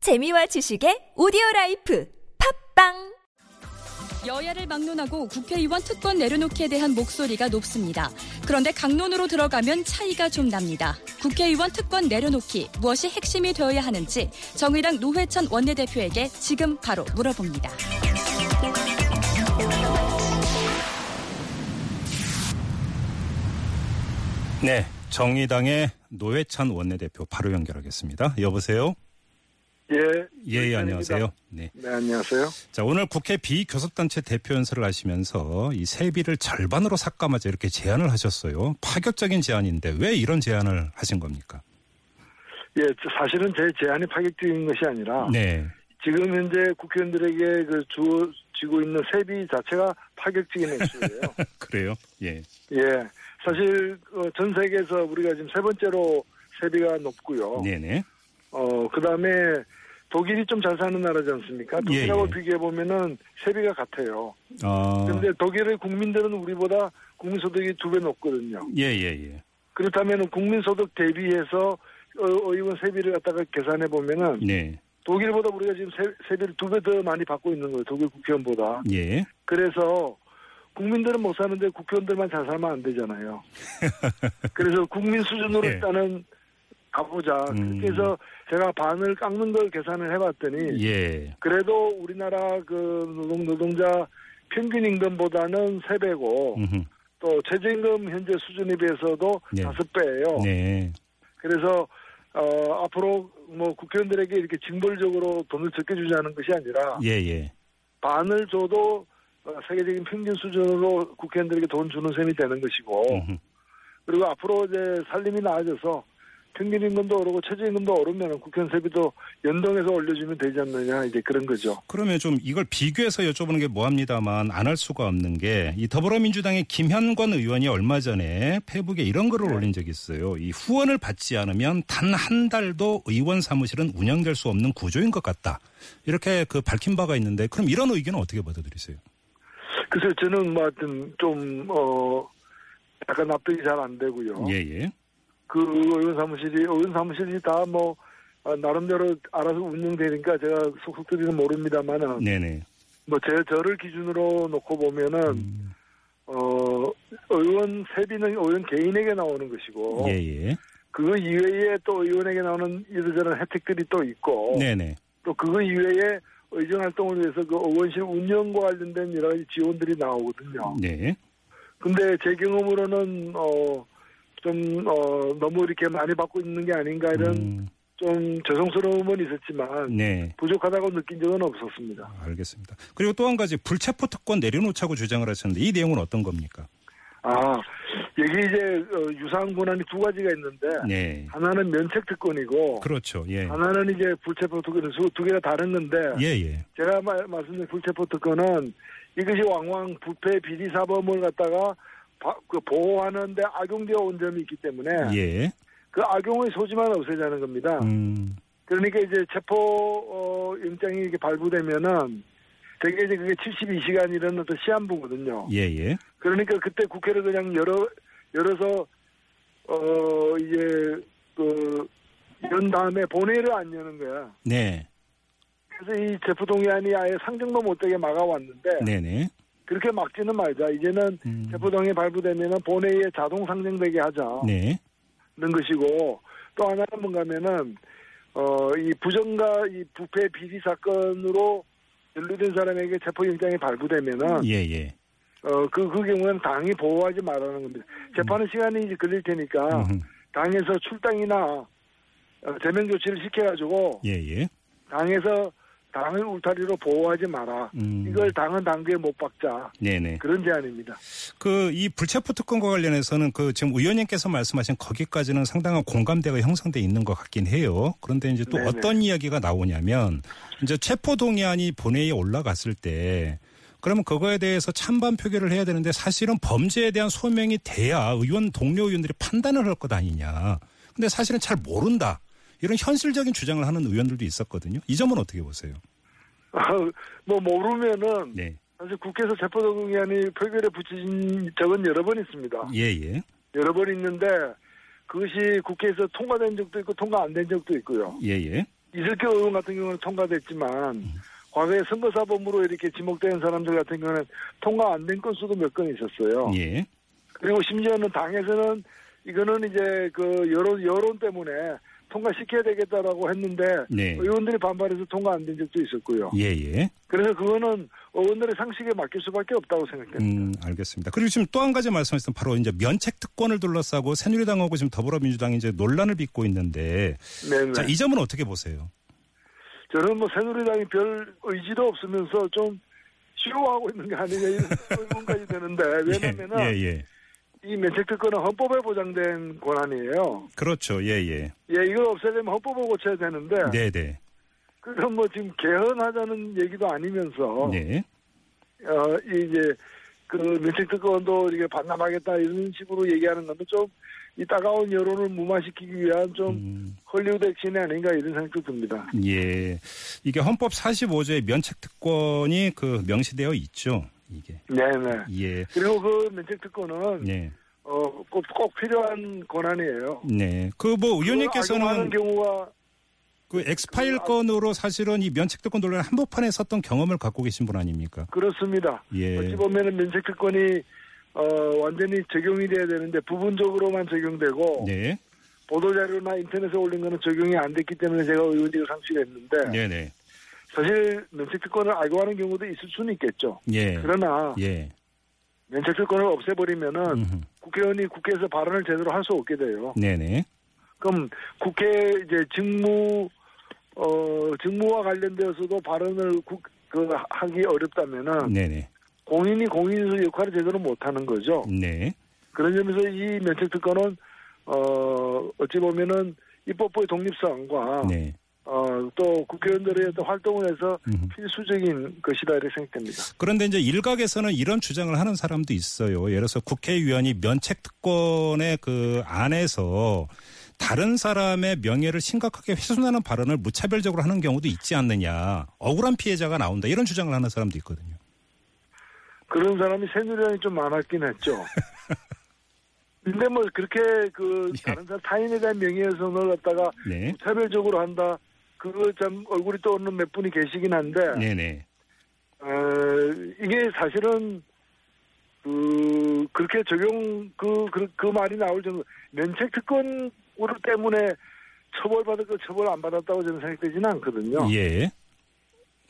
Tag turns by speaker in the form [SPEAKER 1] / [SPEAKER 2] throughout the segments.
[SPEAKER 1] 재미와 지식의 오디오 라이프 팝빵
[SPEAKER 2] 여야를 막론하고 국회의원 특권 내려놓기에 대한 목소리가 높습니다. 그런데 강론으로 들어가면 차이가 좀 납니다. 국회의원 특권 내려놓기 무엇이 핵심이 되어야 하는지 정의당 노회찬 원내대표에게 지금 바로 물어봅니다.
[SPEAKER 3] 네, 정의당의 노회찬 원내대표 바로 연결하겠습니다. 여보세요.
[SPEAKER 4] 예.
[SPEAKER 3] 예,
[SPEAKER 4] 노회찬입니다.
[SPEAKER 3] 안녕하세요. 네.
[SPEAKER 4] 네, 안녕하세요.
[SPEAKER 3] 자, 오늘 국회 비교섭단체 대표 연설을 하시면서 이 세비를 절반으로 삭감하자 이렇게 제안을 하셨어요. 파격적인 제안인데 왜 이런 제안을 하신 겁니까?
[SPEAKER 4] 예, 저- 사실은 제 제안이 파격적인 것이 아니라
[SPEAKER 3] 네.
[SPEAKER 4] 지금 현재 국회의원들에게 그 주, 지고 있는 세비 자체가 파격적인 액수예요.
[SPEAKER 3] 그래요. 예.
[SPEAKER 4] 예. 사실 어, 전 세계에서 우리가 지금 세 번째로 세비가 높고요.
[SPEAKER 3] 네, 네.
[SPEAKER 4] 어, 그다음에 독일이 좀 잘 사는 나라지 않습니까?
[SPEAKER 3] 예,
[SPEAKER 4] 독일하고
[SPEAKER 3] 예.
[SPEAKER 4] 비교해 보면은 세비가 같아요.
[SPEAKER 3] 어.
[SPEAKER 4] 그런데 독일의 국민들은 우리보다 국민소득이 두 배 높거든요.
[SPEAKER 3] 예, 예, 예.
[SPEAKER 4] 그렇다면 국민소득 대비해서 어, 의원 세비를 갖다가 계산해 보면은
[SPEAKER 3] 네.
[SPEAKER 4] 독일보다 우리가 지금 세, 세비를 두 배 더 많이 받고 있는 거예요. 독일 국회의원보다.
[SPEAKER 3] 예.
[SPEAKER 4] 그래서 국민들은 못 사는데 국회의원들만 잘 살면 안 되잖아요. 그래서 국민 수준으로
[SPEAKER 3] 예.
[SPEAKER 4] 일단은 가보자.
[SPEAKER 3] 음.
[SPEAKER 4] 그렇게 해서 제가 반을 깎는 걸 계산을 해봤더니
[SPEAKER 3] 예.
[SPEAKER 4] 그래도 우리나라 그 노동, 노동자 평균 임금보다는 세배고
[SPEAKER 3] 음흠.
[SPEAKER 4] 또 최저임금 현재 수준에 비해서도
[SPEAKER 3] 네.
[SPEAKER 4] 다섯 배예요
[SPEAKER 3] 네.
[SPEAKER 4] 그래서 어, 앞으로 뭐 국회의원들에게 이렇게 징벌적으로 돈을 적게 주자는 것이 아니라
[SPEAKER 3] 예, 예.
[SPEAKER 4] 반을 줘도 어, 세계적인 평균 수준으로 국회의원들에게 돈 주는 셈이 되는 것이고
[SPEAKER 3] 음흠.
[SPEAKER 4] 그리고 앞으로 이제 살림이 나아져서 평균 임금도 오르고 최저임금도 오르면 국회의원 세비도 연동해서 올려주면 되지 않느냐 이제 그런 거죠.
[SPEAKER 3] 그러면 좀 이걸 비교해서 여쭤보는 게 뭐합니다만 안 할 수가 없는 게 이 더불어민주당의 김현권 의원이 얼마 전에 페북에 이런 글을 올린 적이 있어요. 이 후원을 받지 않으면 단 한 달도 의원 사무실은 운영될 수 없는 구조인 것 같다. 이렇게 그 밝힌 바가 있는데 그럼 이런 의견은 어떻게 받아들이세요?
[SPEAKER 4] 그래서 저는 뭐 하여튼 좀어 약간 납득이 잘 안 되고요.
[SPEAKER 3] 예, 예.
[SPEAKER 4] 그 의원 사무실이 어, 의원 사무실이 다 뭐 나름대로 알아서 운영되니까 제가 속속들이는 모릅니다만은
[SPEAKER 3] 네네.
[SPEAKER 4] 뭐 제 저를 기준으로 놓고 보면은 어 의원 세비는 의원 개인에게 나오는 것이고
[SPEAKER 3] 예, 예.
[SPEAKER 4] 그거 이외에 또 의원에게 나오는 이런저런 혜택들이 또 있고
[SPEAKER 3] 네네.
[SPEAKER 4] 또 그거 이외에 의정 활동을 위해서 그 의원실 운영과 관련된 여러 가지 지원들이 나오거든요.
[SPEAKER 3] 네.
[SPEAKER 4] 근데 제 경험으로는 어, 어좀 어, 너무 이렇게 많이 받고 있는 게 아닌가 이런
[SPEAKER 3] 음,
[SPEAKER 4] 좀 죄송스러움은 있었지만
[SPEAKER 3] 네.
[SPEAKER 4] 부족하다고 느낀 적은 없었습니다.
[SPEAKER 3] 알겠습니다. 그리고 또 한 가지 불체포 특권 내려놓자고 주장을 하셨는데 이 내용은 어떤 겁니까?
[SPEAKER 4] 아 여기 이제 어, 유사한 권한이 두 가지가 있는데
[SPEAKER 3] 네.
[SPEAKER 4] 하나는 면책 특권이고
[SPEAKER 3] 그렇죠. 예.
[SPEAKER 4] 하나는 이제 불체포 특권에서 두 개가 다른 건데
[SPEAKER 3] 예, 예.
[SPEAKER 4] 제가 말, 말씀드린 불체포 특권은 이것이 왕왕 부패 비리 사범을 갖다가 바- 그 보호하는데 악용되어 온 점이 있기 때문에
[SPEAKER 3] 예.
[SPEAKER 4] 그 악용의 소지만 없애자는 겁니다.
[SPEAKER 3] 음,
[SPEAKER 4] 그러니까 이제 체포 어, 영장이 이렇게 발부되면은 되게 이제 그게 72시간 이런 어떤 시한부거든요.
[SPEAKER 3] 예, 예.
[SPEAKER 4] 그러니까 그때 국회를 그냥 열어 열어서 어 이제 그연 다음에 본회의를 안 여는 거야.
[SPEAKER 3] 네.
[SPEAKER 4] 그래서 이 제프 동의안이 아예 상정도 못되게 막아왔는데
[SPEAKER 3] 네네.
[SPEAKER 4] 그렇게 막지는 말자. 이제는
[SPEAKER 3] 음.
[SPEAKER 4] 제프 동의 발부되면은 본회의에 자동 상정되게 하자.
[SPEAKER 3] 네.
[SPEAKER 4] 는 것이고 또 하나는 뭔가면은 어 이 부정과 이 부패 비리 사건으로 연루된 사람에게 체포영장이 발부되면은
[SPEAKER 3] 예, 예.
[SPEAKER 4] 어그그 경우에는 당이 보호하지 말라는 겁니다. 재판은 시간이 이제 걸릴 테니까
[SPEAKER 3] 음. 음흠.
[SPEAKER 4] 당에서 출당이나 어, 대면 조치를 시켜가지고
[SPEAKER 3] 예, 예.
[SPEAKER 4] 당에서 당을 울타리로 보호하지 마라.
[SPEAKER 3] 음.
[SPEAKER 4] 이걸 당은 당규에 못 박자
[SPEAKER 3] 네네.
[SPEAKER 4] 그런 제안입니다.
[SPEAKER 3] 그 이 불체포 특권과 관련해서는 그 지금 의원님께서 말씀하신 거기까지는 상당한 공감대가 형성돼 있는 것 같긴 해요. 그런데 이제 또
[SPEAKER 4] 네네.
[SPEAKER 3] 어떤 이야기가 나오냐면 이제 체포 동의안이 본회의에 올라갔을 때 그러면 그거에 대해서 찬반 표결을 해야 되는데 사실은 범죄에 대한 소명이 돼야 의원 동료 의원들이 판단을 할 것 아니냐. 근데 사실은 잘 모른다. 이런 현실적인 주장을 하는 의원들도 있었거든요. 이 점은 어떻게 보세요?
[SPEAKER 4] 뭐 모르면은
[SPEAKER 3] 네.
[SPEAKER 4] 사실 국회에서 체포동의안이 표결에 붙인 적은 여러 번 있습니다.
[SPEAKER 3] 예, 예.
[SPEAKER 4] 여러 번 있는데 그것이 국회에서 통과된 적도 있고 통과 안 된 적도 있고요.
[SPEAKER 3] 예, 예.
[SPEAKER 4] 이슬기 의원 같은 경우는 통과됐지만 과거에 선거사범으로 이렇게 지목된 사람들 같은 경우는 통과 안 된 건수도 몇 건 있었어요.
[SPEAKER 3] 예.
[SPEAKER 4] 그리고 심지어는 당에서는 이거는 이제 그 여론 여론 때문에 통과시켜야 되겠다라고 했는데
[SPEAKER 3] 네.
[SPEAKER 4] 의원들이 반발해서 통과 안 된 적도 있었고요.
[SPEAKER 3] 예, 예.
[SPEAKER 4] 그래서 그거는 의원들의 상식에 맡길 수밖에 없다고 생각됩니다.
[SPEAKER 3] 음, 알겠습니다. 그리고 지금 또 한 가지 말씀하셨던 바로 이제 면책 특권을 둘러싸고 새누리당하고 지금 더불어민주당이 이제 논란을 빚고 있는데
[SPEAKER 4] 네네.
[SPEAKER 3] 음. 자, 이 점은 어떻게 보세요?
[SPEAKER 4] 저는 뭐 새누리당이 별 의지도 없으면서 좀 싫어하고 있는 게 아니냐 이런 의문까지 드는데 왜냐면은
[SPEAKER 3] 예, 예, 예.
[SPEAKER 4] 이 면책특권은 헌법에 보장된 권한이에요.
[SPEAKER 3] 그렇죠. 예, 예.
[SPEAKER 4] 예, 이걸 없애려면 헌법을 고쳐야 되는데
[SPEAKER 3] 네, 네.
[SPEAKER 4] 그럼 뭐 지금 개헌하자는 얘기도 아니면서
[SPEAKER 3] 네.
[SPEAKER 4] 어, 이 이제 그 면책특권도 이렇게 반납하겠다 이런 식으로 얘기하는 것도 좀 이 따가운 여론을 무마시키기 위한 좀
[SPEAKER 3] 음.
[SPEAKER 4] 헐리우드 액션이 아닌가 이런 생각도 듭니다.
[SPEAKER 3] 예. 이게 헌법 45조에 면책 특권이 그 명시되어 있죠. 이게.
[SPEAKER 4] 네네.
[SPEAKER 3] 예.
[SPEAKER 4] 그리고 그 면책특권은
[SPEAKER 3] 네.
[SPEAKER 4] 어, 꼭, 꼭 필요한 권한이에요.
[SPEAKER 3] 네. 그 뭐
[SPEAKER 4] 하는
[SPEAKER 3] 의원님께서는
[SPEAKER 4] 경우가
[SPEAKER 3] 그 엑스파일
[SPEAKER 4] 그-
[SPEAKER 3] 건으로 사실은 이 면책 특권 논란 한복판에 섰던 경험을 갖고 계신 분 아닙니까?
[SPEAKER 4] 그렇습니다.
[SPEAKER 3] 예.
[SPEAKER 4] 어찌 보면은 면책특권이 어, 완전히 적용이 돼야 되는데 부분적으로만 적용되고
[SPEAKER 3] 네.
[SPEAKER 4] 보도자료나 인터넷에 올린 거는 적용이 안 됐기 때문에 제가 의원직을 상실했는데
[SPEAKER 3] 네, 네.
[SPEAKER 4] 사실 면책특권을 알고 하는 경우도 있을 수는 있겠죠.
[SPEAKER 3] 예.
[SPEAKER 4] 그러나
[SPEAKER 3] 예.
[SPEAKER 4] 면책특권을 없애버리면은
[SPEAKER 3] 음흠.
[SPEAKER 4] 국회의원이 국회에서 발언을 제대로 할 수 없게 돼요.
[SPEAKER 3] 네, 네.
[SPEAKER 4] 그럼 국회 이제 직무 어 직무와 관련되어서도 발언을 국, 그 하기 어렵다면은
[SPEAKER 3] 네, 네.
[SPEAKER 4] 공인이 공인으로 역할을 제대로 못하는 거죠.
[SPEAKER 3] 네.
[SPEAKER 4] 그런 점에서 이 면책특권은 어 어찌 보면은 입법부의 독립성과
[SPEAKER 3] 네.
[SPEAKER 4] 어 또 국회의원들의 어떤 활동을 해서
[SPEAKER 3] 음.
[SPEAKER 4] 필수적인 것이다 이렇게 생각됩니다.
[SPEAKER 3] 그런데 이제 일각에서는 이런 주장을 하는 사람도 있어요. 예를 들어서 국회의원이 면책특권의 그 안에서 다른 사람의 명예를 심각하게 훼손하는 발언을 무차별적으로 하는 경우도 있지 않느냐. 억울한 피해자가 나온다. 이런 주장을 하는 사람도 있거든요.
[SPEAKER 4] 그런 사람이 새누리당이 좀 많았긴 했죠. 근데 뭐 그렇게 그
[SPEAKER 3] 예.
[SPEAKER 4] 다른 사람 타인에 대한 명예훼손을 갖다가
[SPEAKER 3] 네.
[SPEAKER 4] 차별적으로 한다. 그거 참 얼굴이 떠오르는 몇 분이 계시긴 한데
[SPEAKER 3] 네네.
[SPEAKER 4] 어, 이게 사실은 그 그렇게 적용 그 그 말이 나올 정도 면책 특권으로 때문에 처벌받을 거 처벌 안 받았다고 저는 생각되지는 않거든요.
[SPEAKER 3] 예.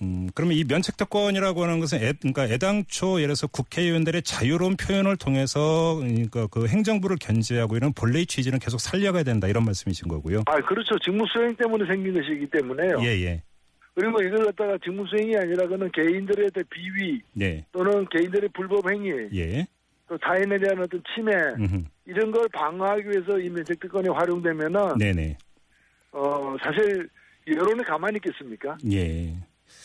[SPEAKER 3] 음, 그러면 이 면책특권이라고 하는 것은 애, 그러니까 애당초 예를 들어서 국회의원들의 자유로운 표현을 통해서 그러니까 그 행정부를 견제하고 이런 본래의 취지는 계속 살려가야 된다 이런 말씀이신 거고요.
[SPEAKER 4] 아 그렇죠. 직무 수행 때문에 생긴 것이기 때문에요.
[SPEAKER 3] 예, 예.
[SPEAKER 4] 그리고 이걸 갖다가 직무 수행이 아니라 그는 개인들의 어떤 비위
[SPEAKER 3] 네.
[SPEAKER 4] 또는 개인들의 불법 행위
[SPEAKER 3] 예.
[SPEAKER 4] 또 타인에 대한 어떤 침해
[SPEAKER 3] 음흠.
[SPEAKER 4] 이런 걸 방어하기 위해서 이 면책특권이 활용되면은
[SPEAKER 3] 네네.
[SPEAKER 4] 어 사실 여론이 가만히 있겠습니까?
[SPEAKER 3] 예.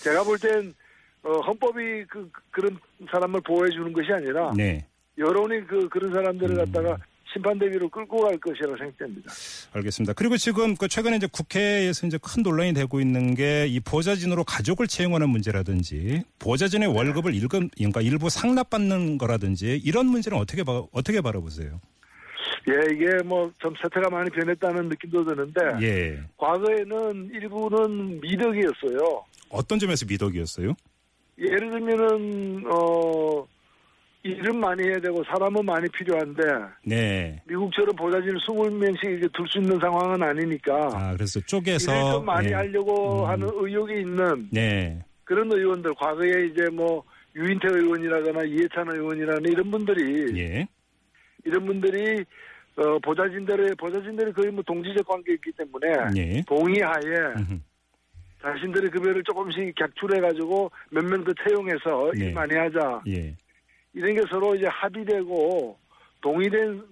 [SPEAKER 4] 제가 볼 땐 어, 헌법이 그 그런 사람을 보호해 주는 것이 아니라
[SPEAKER 3] 네. 음.
[SPEAKER 4] 여론이 그 그런 사람들을 갖다가 심판 대비로 끌고 갈 것이라고 생각됩니다.
[SPEAKER 3] 알겠습니다. 그리고 지금 그 최근에 이제 국회에서 이제 큰 논란이 되고 있는 게 이 보좌진으로 가족을 채용하는 문제라든지 보좌진의 월급을 일금, 그러니까 일부 상납받는 거라든지 이런 문제는 어떻게 봐, 어떻게 바라보세요?
[SPEAKER 4] 예, 이게 뭐 좀 세태가 많이 변했다는 느낌도 드는데
[SPEAKER 3] 예.
[SPEAKER 4] 과거에는 일부는 미덕이었어요.
[SPEAKER 3] 어떤 점에서 미덕이었어요?
[SPEAKER 4] 예를 들면은 어 일은 많이 해야 되고 사람은 많이 필요한데
[SPEAKER 3] 네.
[SPEAKER 4] 미국처럼 보좌진을 20명씩 이렇게 둘 수 있는 상황은 아니니까
[SPEAKER 3] 아, 그래서
[SPEAKER 4] 일을
[SPEAKER 3] 쪼개서
[SPEAKER 4] 좀 많이
[SPEAKER 3] 네.
[SPEAKER 4] 하려고
[SPEAKER 3] 음.
[SPEAKER 4] 하는 의욕이 있는
[SPEAKER 3] 네.
[SPEAKER 4] 그런 의원들 과거에 이제 뭐 유인태 의원이라거나 이해찬 의원이라는 이런 분들이
[SPEAKER 3] 예.
[SPEAKER 4] 이런 분들이 어, 보좌진들의 보좌진들이 거의 뭐 동지적 관계였기 때문에
[SPEAKER 3] 예.
[SPEAKER 4] 동의하에
[SPEAKER 3] 음흠.
[SPEAKER 4] 자신들의 급여를 조금씩 객출해 가지고 몇 명 더 채용해서
[SPEAKER 3] 네.
[SPEAKER 4] 일 많이 하자
[SPEAKER 3] 예.
[SPEAKER 4] 이런 게 서로 이제 합의되고 동의된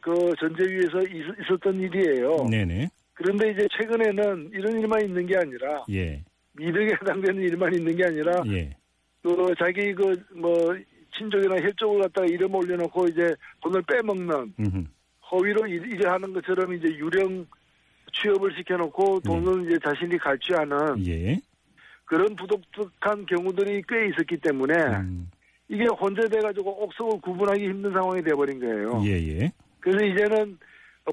[SPEAKER 4] 그 전제 위에서 있- 있었던 일이에요.
[SPEAKER 3] 네네.
[SPEAKER 4] 그런데 이제 최근에는 이런 일만 있는 게 아니라
[SPEAKER 3] 예.
[SPEAKER 4] 미덕에 해당되는 일만 있는 게 아니라
[SPEAKER 3] 예.
[SPEAKER 4] 그 자기 그 뭐 친족이나 혈족을 갖다가 이름 올려놓고 이제 돈을 빼먹는
[SPEAKER 3] 음흠.
[SPEAKER 4] 허위로 일- 일을 하는 것처럼 이제 유령 취업을 시켜놓고 돈은 이제 자신이 갈취하는
[SPEAKER 3] 예.
[SPEAKER 4] 그런 부독특한 경우들이 꽤 있었기 때문에
[SPEAKER 3] 음.
[SPEAKER 4] 이게 혼재돼가지고 옥석을 구분하기 힘든 상황이 돼버린 거예요.
[SPEAKER 3] 예, 예.
[SPEAKER 4] 그래서 이제는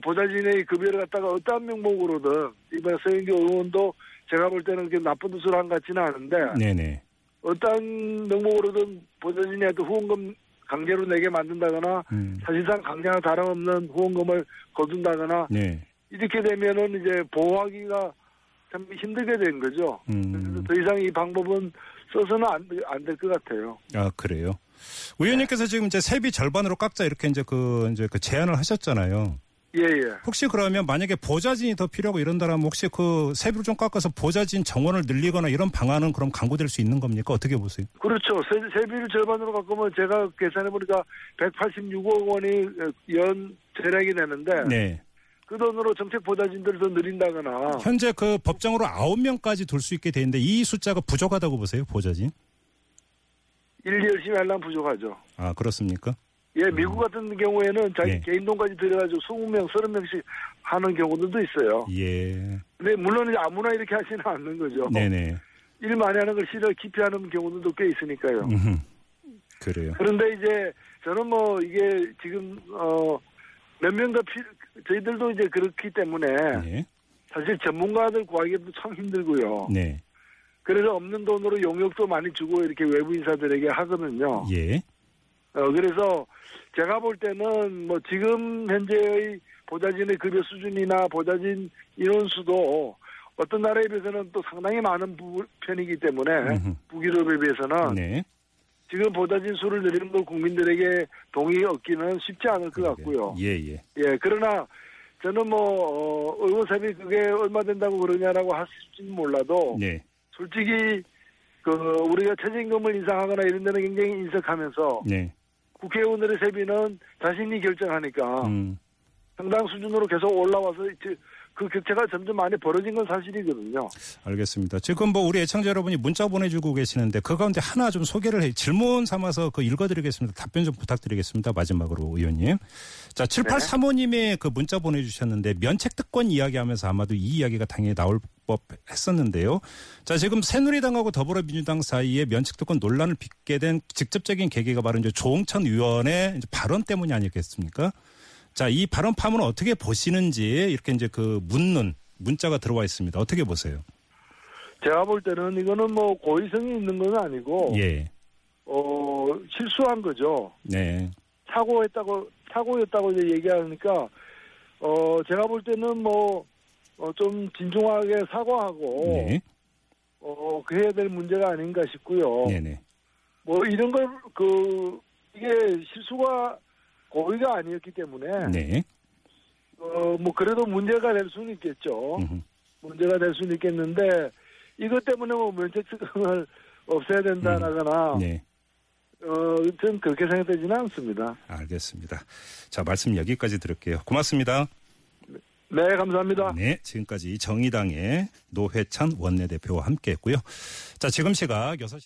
[SPEAKER 4] 보좌진의 급여를 갖다가 어떠한 명목으로든 이번에 서영교 의원도 제가 볼 때는 그 나쁜 뜻을 한 것 같지는 않은데
[SPEAKER 3] 네네.
[SPEAKER 4] 어떤 명목으로든 보조진이한테 후원금 강제로 내게 만든다거나
[SPEAKER 3] 음.
[SPEAKER 4] 사실상 강제와 다름없는 후원금을 거둔다거나
[SPEAKER 3] 네.
[SPEAKER 4] 이렇게 되면은 이제 보호하기가 참 힘들게 된 거죠. 그래서
[SPEAKER 3] 음.
[SPEAKER 4] 더 이상 이 방법은 써서는 안 될 것 같아요.
[SPEAKER 3] 아 그래요. 의원님께서 지금 이제 세비 절반으로 깎자 이렇게 이제 그 이제 그 제안을 하셨잖아요.
[SPEAKER 4] 예, 예.
[SPEAKER 3] 혹시 그러면 만약에 보좌진이 더 필요하고 이런다면 혹시 그 세비를 좀 깎아서 보좌진 정원을 늘리거나 이런 방안은 그럼 강구될 수 있는 겁니까? 어떻게 보세요?
[SPEAKER 4] 그렇죠. 세, 세비를 절반으로 깎으면 제가 계산해보니까 186억 원이 연 재량이 되는데
[SPEAKER 3] 네.
[SPEAKER 4] 그 돈으로 정책 보좌진들을 더 늘린다거나
[SPEAKER 3] 현재 그 법정으로 9명까지 둘 수 있게 돼 있는데 이 숫자가 부족하다고 보세요, 보좌진?
[SPEAKER 4] 일 열심히 하려면 부족하죠.
[SPEAKER 3] 아, 그렇습니까?
[SPEAKER 4] 예, 미국 같은 경우에는 자기
[SPEAKER 3] 네.
[SPEAKER 4] 개인 돈까지 들여가지고 20명, 30명씩 하는 경우들도 있어요.
[SPEAKER 3] 예.
[SPEAKER 4] 근데 물론 이제 아무나 이렇게 하지는 않는 거죠.
[SPEAKER 3] 네네.
[SPEAKER 4] 일 많이 하는 걸 싫어 깊이 하는 경우들도 꽤 있으니까요.
[SPEAKER 3] 음흠. 그래요.
[SPEAKER 4] 그런데 이제 저는 뭐 이게 지금 어 몇 명과 피, 저희들도 이제 그렇기 때문에
[SPEAKER 3] 네.
[SPEAKER 4] 사실 전문가들 구하기도 참 힘들고요.
[SPEAKER 3] 네.
[SPEAKER 4] 그래서 없는 돈으로 용역도 많이 주고 이렇게 외부 인사들에게 하거든요.
[SPEAKER 3] 예.
[SPEAKER 4] 어, 그래서 제가 볼 때는 뭐 지금 현재의 보좌진의 급여 수준이나 보좌진 인원수도 어떤 나라에 비해서는 또 상당히 많은 부- 편이기 때문에
[SPEAKER 3] 음흠.
[SPEAKER 4] 북유럽에 비해서는
[SPEAKER 3] 네.
[SPEAKER 4] 지금 보좌진 수를 늘리는 걸 국민들에게 동의 얻기는 쉽지 않을 것 같고요.
[SPEAKER 3] 예, 예.
[SPEAKER 4] 예, 그러나 저는 뭐 어, 의원사비 그게 얼마 된다고 그러냐라고 하실지는 몰라도
[SPEAKER 3] 네.
[SPEAKER 4] 솔직히 그 우리가 최저임금을 인상하거나 이런 데는 굉장히 인색하면서
[SPEAKER 3] 네.
[SPEAKER 4] 국회의원들의 세비는 자신이 결정하니까
[SPEAKER 3] 음.
[SPEAKER 4] 상당 수준으로 계속 올라와서 이제 그 격차가 점점 많이 벌어진 건 사실이거든요.
[SPEAKER 3] 알겠습니다. 지금 뭐 우리 애청자 여러분이 문자 보내주고 계시는데 그 가운데 하나 좀 소개를 해 질문 삼아서 그 읽어드리겠습니다. 답변 좀 부탁드리겠습니다. 마지막으로 의원님. 자, 7835님의 그 문자 보내주셨는데 면책특권 이야기하면서 아마도 이 이야기가 당연히 나올 법 했었는데요. 자, 지금 새누리당하고 더불어민주당 사이에 면책특권 논란을 빚게 된 직접적인 계기가 바로 이제 조홍천 의원의 이제 발언 때문이 아니겠습니까? 자, 이 발언 파문을 어떻게 보시는지 이렇게 이제 그 묻는 문자가 들어와 있습니다. 어떻게 보세요?
[SPEAKER 4] 제가 볼 때는 이거는 뭐 고의성이 있는 건 아니고
[SPEAKER 3] 예.
[SPEAKER 4] 어 실수한 거죠.
[SPEAKER 3] 네.
[SPEAKER 4] 사고했다고 사고였다고 이제 얘기하니까 어 제가 볼 때는 뭐 어 좀 진중하게 사과하고
[SPEAKER 3] 네.
[SPEAKER 4] 어 그래야 될 문제가 아닌가 싶고요.
[SPEAKER 3] 네네.
[SPEAKER 4] 뭐 이런 걸 그 이게 실수가 고의가 아니었기 때문에
[SPEAKER 3] 네.
[SPEAKER 4] 어 뭐 그래도 문제가 될 수는 있겠죠.
[SPEAKER 3] 음흠.
[SPEAKER 4] 문제가 될 수는 있겠는데 이것 때문에 뭐 면책특강을 없애야 된다라거나
[SPEAKER 3] 네.
[SPEAKER 4] 어, 저는 그렇게 생각되지는 않습니다.
[SPEAKER 3] 알겠습니다. 자, 말씀 여기까지 들을게요. 고맙습니다.
[SPEAKER 4] 네, 감사합니다.
[SPEAKER 3] 네. 지금까지 정의당의 노회찬 원내대표와 함께 했고요. 자, 지금 시각 6시.